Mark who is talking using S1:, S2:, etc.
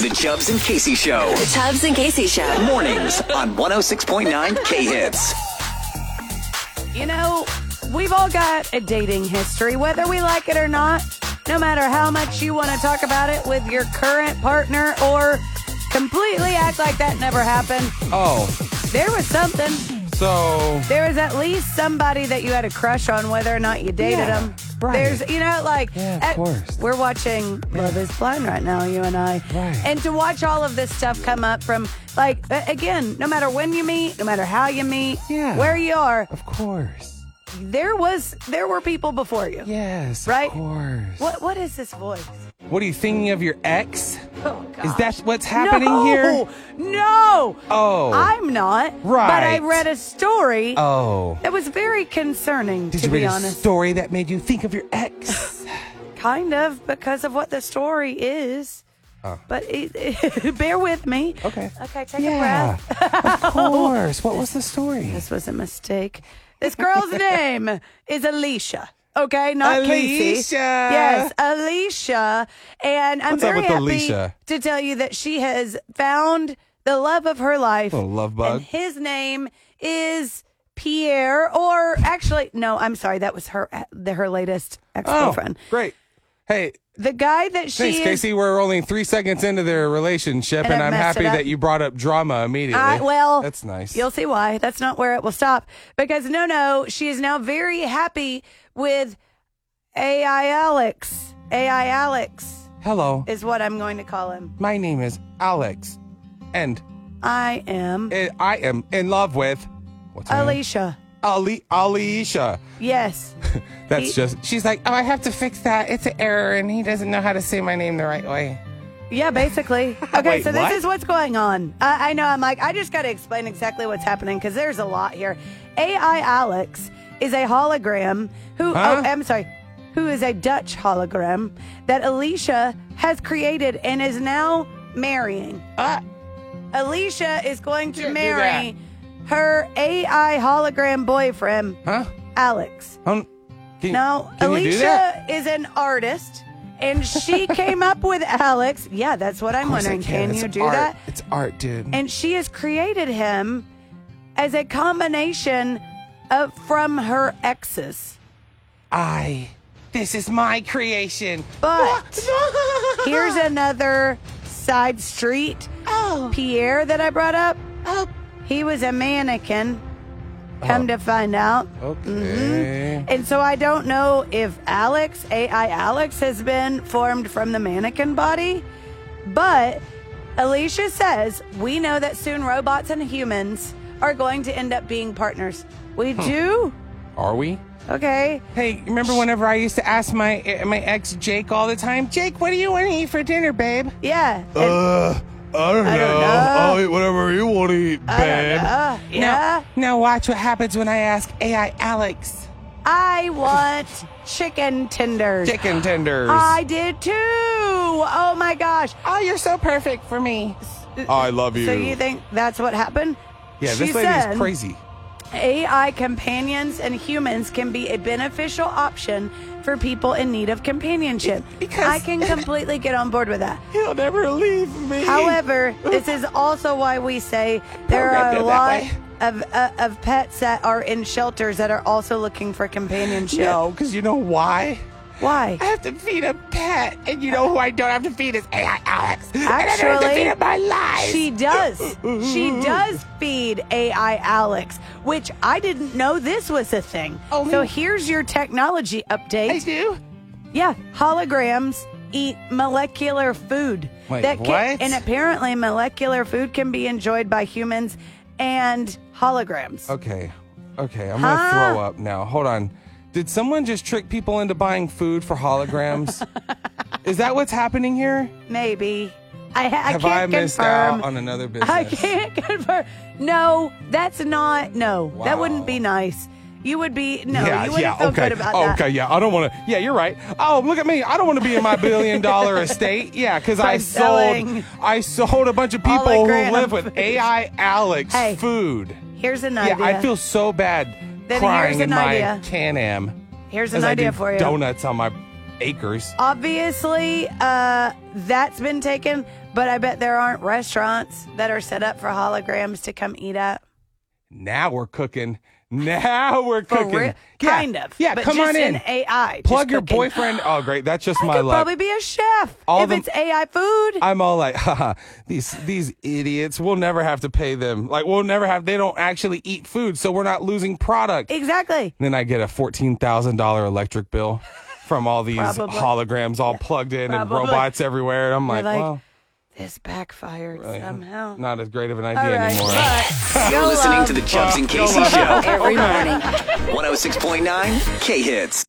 S1: The Chubbs and Casey Show.
S2: The Tubbs and Casey Show.
S1: Mornings on 106.9 K Hits.
S3: You know, we've all got a dating history, whether we like it or not. No matter how much you want to talk about it with your current partner or completely act like that never happened,
S4: Oh,
S3: there was something.
S4: so
S3: There was at least somebody that you had a crush on, whether or not you dated
S4: Yeah,
S3: them.
S4: right.
S3: There's, you know, like,
S4: Yeah, of
S3: eh,
S4: course.
S3: we're watching Love is Blind right now, you and I.
S4: Right.
S3: And to watch all of this stuff come up from, like, a- again, no matter when you meet, no matter how you meet,
S4: Yeah.
S3: where you are,
S4: of course.
S3: there was there were people before you.
S4: Yes,
S3: Right?
S4: of course.
S3: What what is this voice?
S4: What are you thinking of your ex?
S3: Oh God.
S4: Is that what's happening
S3: no,
S4: here?
S3: No.
S4: Oh.
S3: I'm not. But I
S4: Right.
S3: read a story
S4: Oh.
S3: that was very concerning
S4: Did
S3: to
S4: you read
S3: be
S4: a
S3: honest.
S4: story that made you think of your ex?
S3: kind of because of what the story is. But it, bear with me.
S4: Oh. Okay.
S3: Okay, take a
S4: yeah.
S3: breath.
S4: of course. What was the story?
S3: This was a mistake. This girl's name is Alicia. Okay, not Casey.
S4: Alicia.
S3: Yes, Alicia. And I'm
S4: What's up
S3: very
S4: with
S3: happy
S4: Alicia?
S3: to tell you that she has found the love of her life.
S4: Little love bug.
S3: And his name is Pierre, or actually, no, I'm sorry, that was her the, her latest ex
S4: Oh,
S3: girlfriend.
S4: great. Hey,
S3: The guy that she
S4: thanks,
S3: is,
S4: Casey. We're only three seconds into their relationship,
S3: And
S4: and,
S3: I've
S4: I'm
S3: messed it
S4: happy
S3: up.
S4: that you brought up drama immediately.
S3: I, well,
S4: that's nice.
S3: You'll see why. That's not where it will stop. Because no, no, she is now very happy with AI Alex. AI Alex
S4: Hello,
S3: is what I'm going to call him.
S4: my name is Alex, and
S3: I am
S4: uh, I am in love with what's her name?
S3: Alicia.
S4: Ali Alicia.
S3: Yes.
S4: That's
S3: He-
S4: just. She's like, oh, I have to fix that. It's an error, and he doesn't know how to say my name the right way.
S3: Yeah, basically. Okay,
S4: Wait,
S3: so this
S4: what?
S3: is what's going on. I, I know. I'm like, I just got to explain exactly what's happening because there's a lot here. AI Alex is a hologram who,
S4: Huh?
S3: oh, I'm sorry, who is a Dutch hologram that Alicia has created and is now marrying.
S4: Ah.
S3: Alicia is going to
S4: Can't do
S3: marry her AI hologram boyfriend,
S4: Huh?
S3: Alex.
S4: Um, can,
S3: Now,
S4: can you do that?
S3: Alicia is an artist, and she came up with Alex. Yeah, that's what I'm
S4: Of course I
S3: wondering. Can,
S4: It's
S3: you do
S4: art.
S3: that?
S4: It's art, dude.
S3: And she has created him as a combination of from her exes.
S4: I. This is my creation.
S3: But here's another side street.
S4: Oh.
S3: Pierre that I brought up,
S4: Oh.
S3: he was a mannequin. Come to find out.
S4: Oh. Mm-hmm. Okay.
S3: And so I don't know if Alex, AI Alex, has been formed from the mannequin body, but Alicia says we know that soon robots and humans are going to end up being partners. We do?
S4: Are we?
S3: Okay.
S4: Hey, remember whenever I used to ask my eh, my ex Jake all the time, Jake, what do you want to eat for dinner, babe?
S3: Yeah. And-
S5: Uh, I don't,
S3: I don't
S5: know.
S3: know.
S5: I'll eat whatever you want to eat,
S3: I don't
S5: babe.
S3: know. yeah.
S4: Now, now watch what happens when I ask AI Alex.
S3: I want chicken tenders.
S4: Chicken tenders.
S3: I did too. Oh my gosh.
S4: oh, you're so perfect for me.
S5: I love you.
S3: So you think that's what happened?
S4: Yeah,
S3: She
S4: this lady's
S3: said-
S4: crazy.
S3: AI companions and humans can be a beneficial option for people in need of companionship.
S4: Because-
S3: I can completely get on board with that.
S4: He'll never leave me.
S3: However, this is also why we say there are a
S4: Programmed it that
S3: lot
S4: way.
S3: of uh, of pets that are in shelters that are also looking for companionship.
S4: no, because you know why?
S3: Why?
S4: I have to feed a pet, and you know who I don't have to feed is AI Alex. And I don't have to
S3: Actually,
S4: feed him my lies.
S3: She does. She does feed AI Alex, which I didn't know this was a thing.
S4: Oh,
S3: so
S4: me-
S3: here's your technology update.
S4: I do.
S3: Yeah, holograms eat molecular food.
S4: Wait,
S3: can,
S4: what?
S3: And apparently, molecular food can be enjoyed by humans and holograms.
S4: Okay, okay, I'm
S3: Huh?
S4: gonna throw up now. Hold on. Did someone just trick people into buying food for holograms? is that what's happening here?
S3: Maybe. I, ha- I
S4: have I
S3: can't
S4: missed
S3: confirm.
S4: out on another business?
S3: I can't confirm. No, that's not. No, that wouldn't
S4: Wow.
S3: be nice. You would be. No,
S4: yeah,
S3: you wouldn't
S4: yeah,
S3: feel
S4: okay.
S3: good about
S4: oh,
S3: that.
S4: Okay, yeah, I don't want to. Yeah, you're right. Oh, look at me. I don't want to be in my billion dollar estate. Yeah, because I
S3: I'm selling
S4: sold, I sold a bunch of people who
S3: hologram
S4: live with
S3: food.
S4: AI Alex
S3: Hey,
S4: food.
S3: Here's an
S4: Yeah,
S3: idea.
S4: I feel so bad
S3: Then here's
S4: crying in
S3: an
S4: my
S3: idea.
S4: Can Am.
S3: Here's
S4: as
S3: an
S4: I
S3: idea
S4: do
S3: for you. Oh.
S4: Donuts on my acres.
S3: Obviously, uh, that's been taken, but I bet there aren't restaurants that are set up for holograms to come eat at.
S4: Now we're cooking. Now we're
S3: For
S4: cooking.
S3: real-
S4: Yeah,
S3: kind of.
S4: Yeah,
S3: but
S4: come
S3: just
S4: on in.
S3: AI. just
S4: Plug your
S3: cooking.
S4: boyfriend. Oh, great. That's just
S3: I
S4: my
S3: could
S4: luck.
S3: probably be a chef
S4: All
S3: if
S4: the-
S3: it's AI food.
S4: I'm all like, haha, these these idiots. We'll never have to pay them. Like we'll never have. They don't actually eat food, so we're not losing product.
S3: exactly.
S4: And then I get a fourteen thousand dollar electric bill from all these
S3: Probably.
S4: holograms all plugged in
S3: Probably.
S4: and robots everywhere. And I'm like,
S3: like,
S4: well,
S3: This backfired somehow.
S4: not as great of an
S3: All
S4: idea
S3: right,
S4: anymore.
S3: but
S1: You're
S3: YOLO.
S1: listening to the Chubbs and Casey Show.
S2: Every morning.
S1: 106.9 K Hits.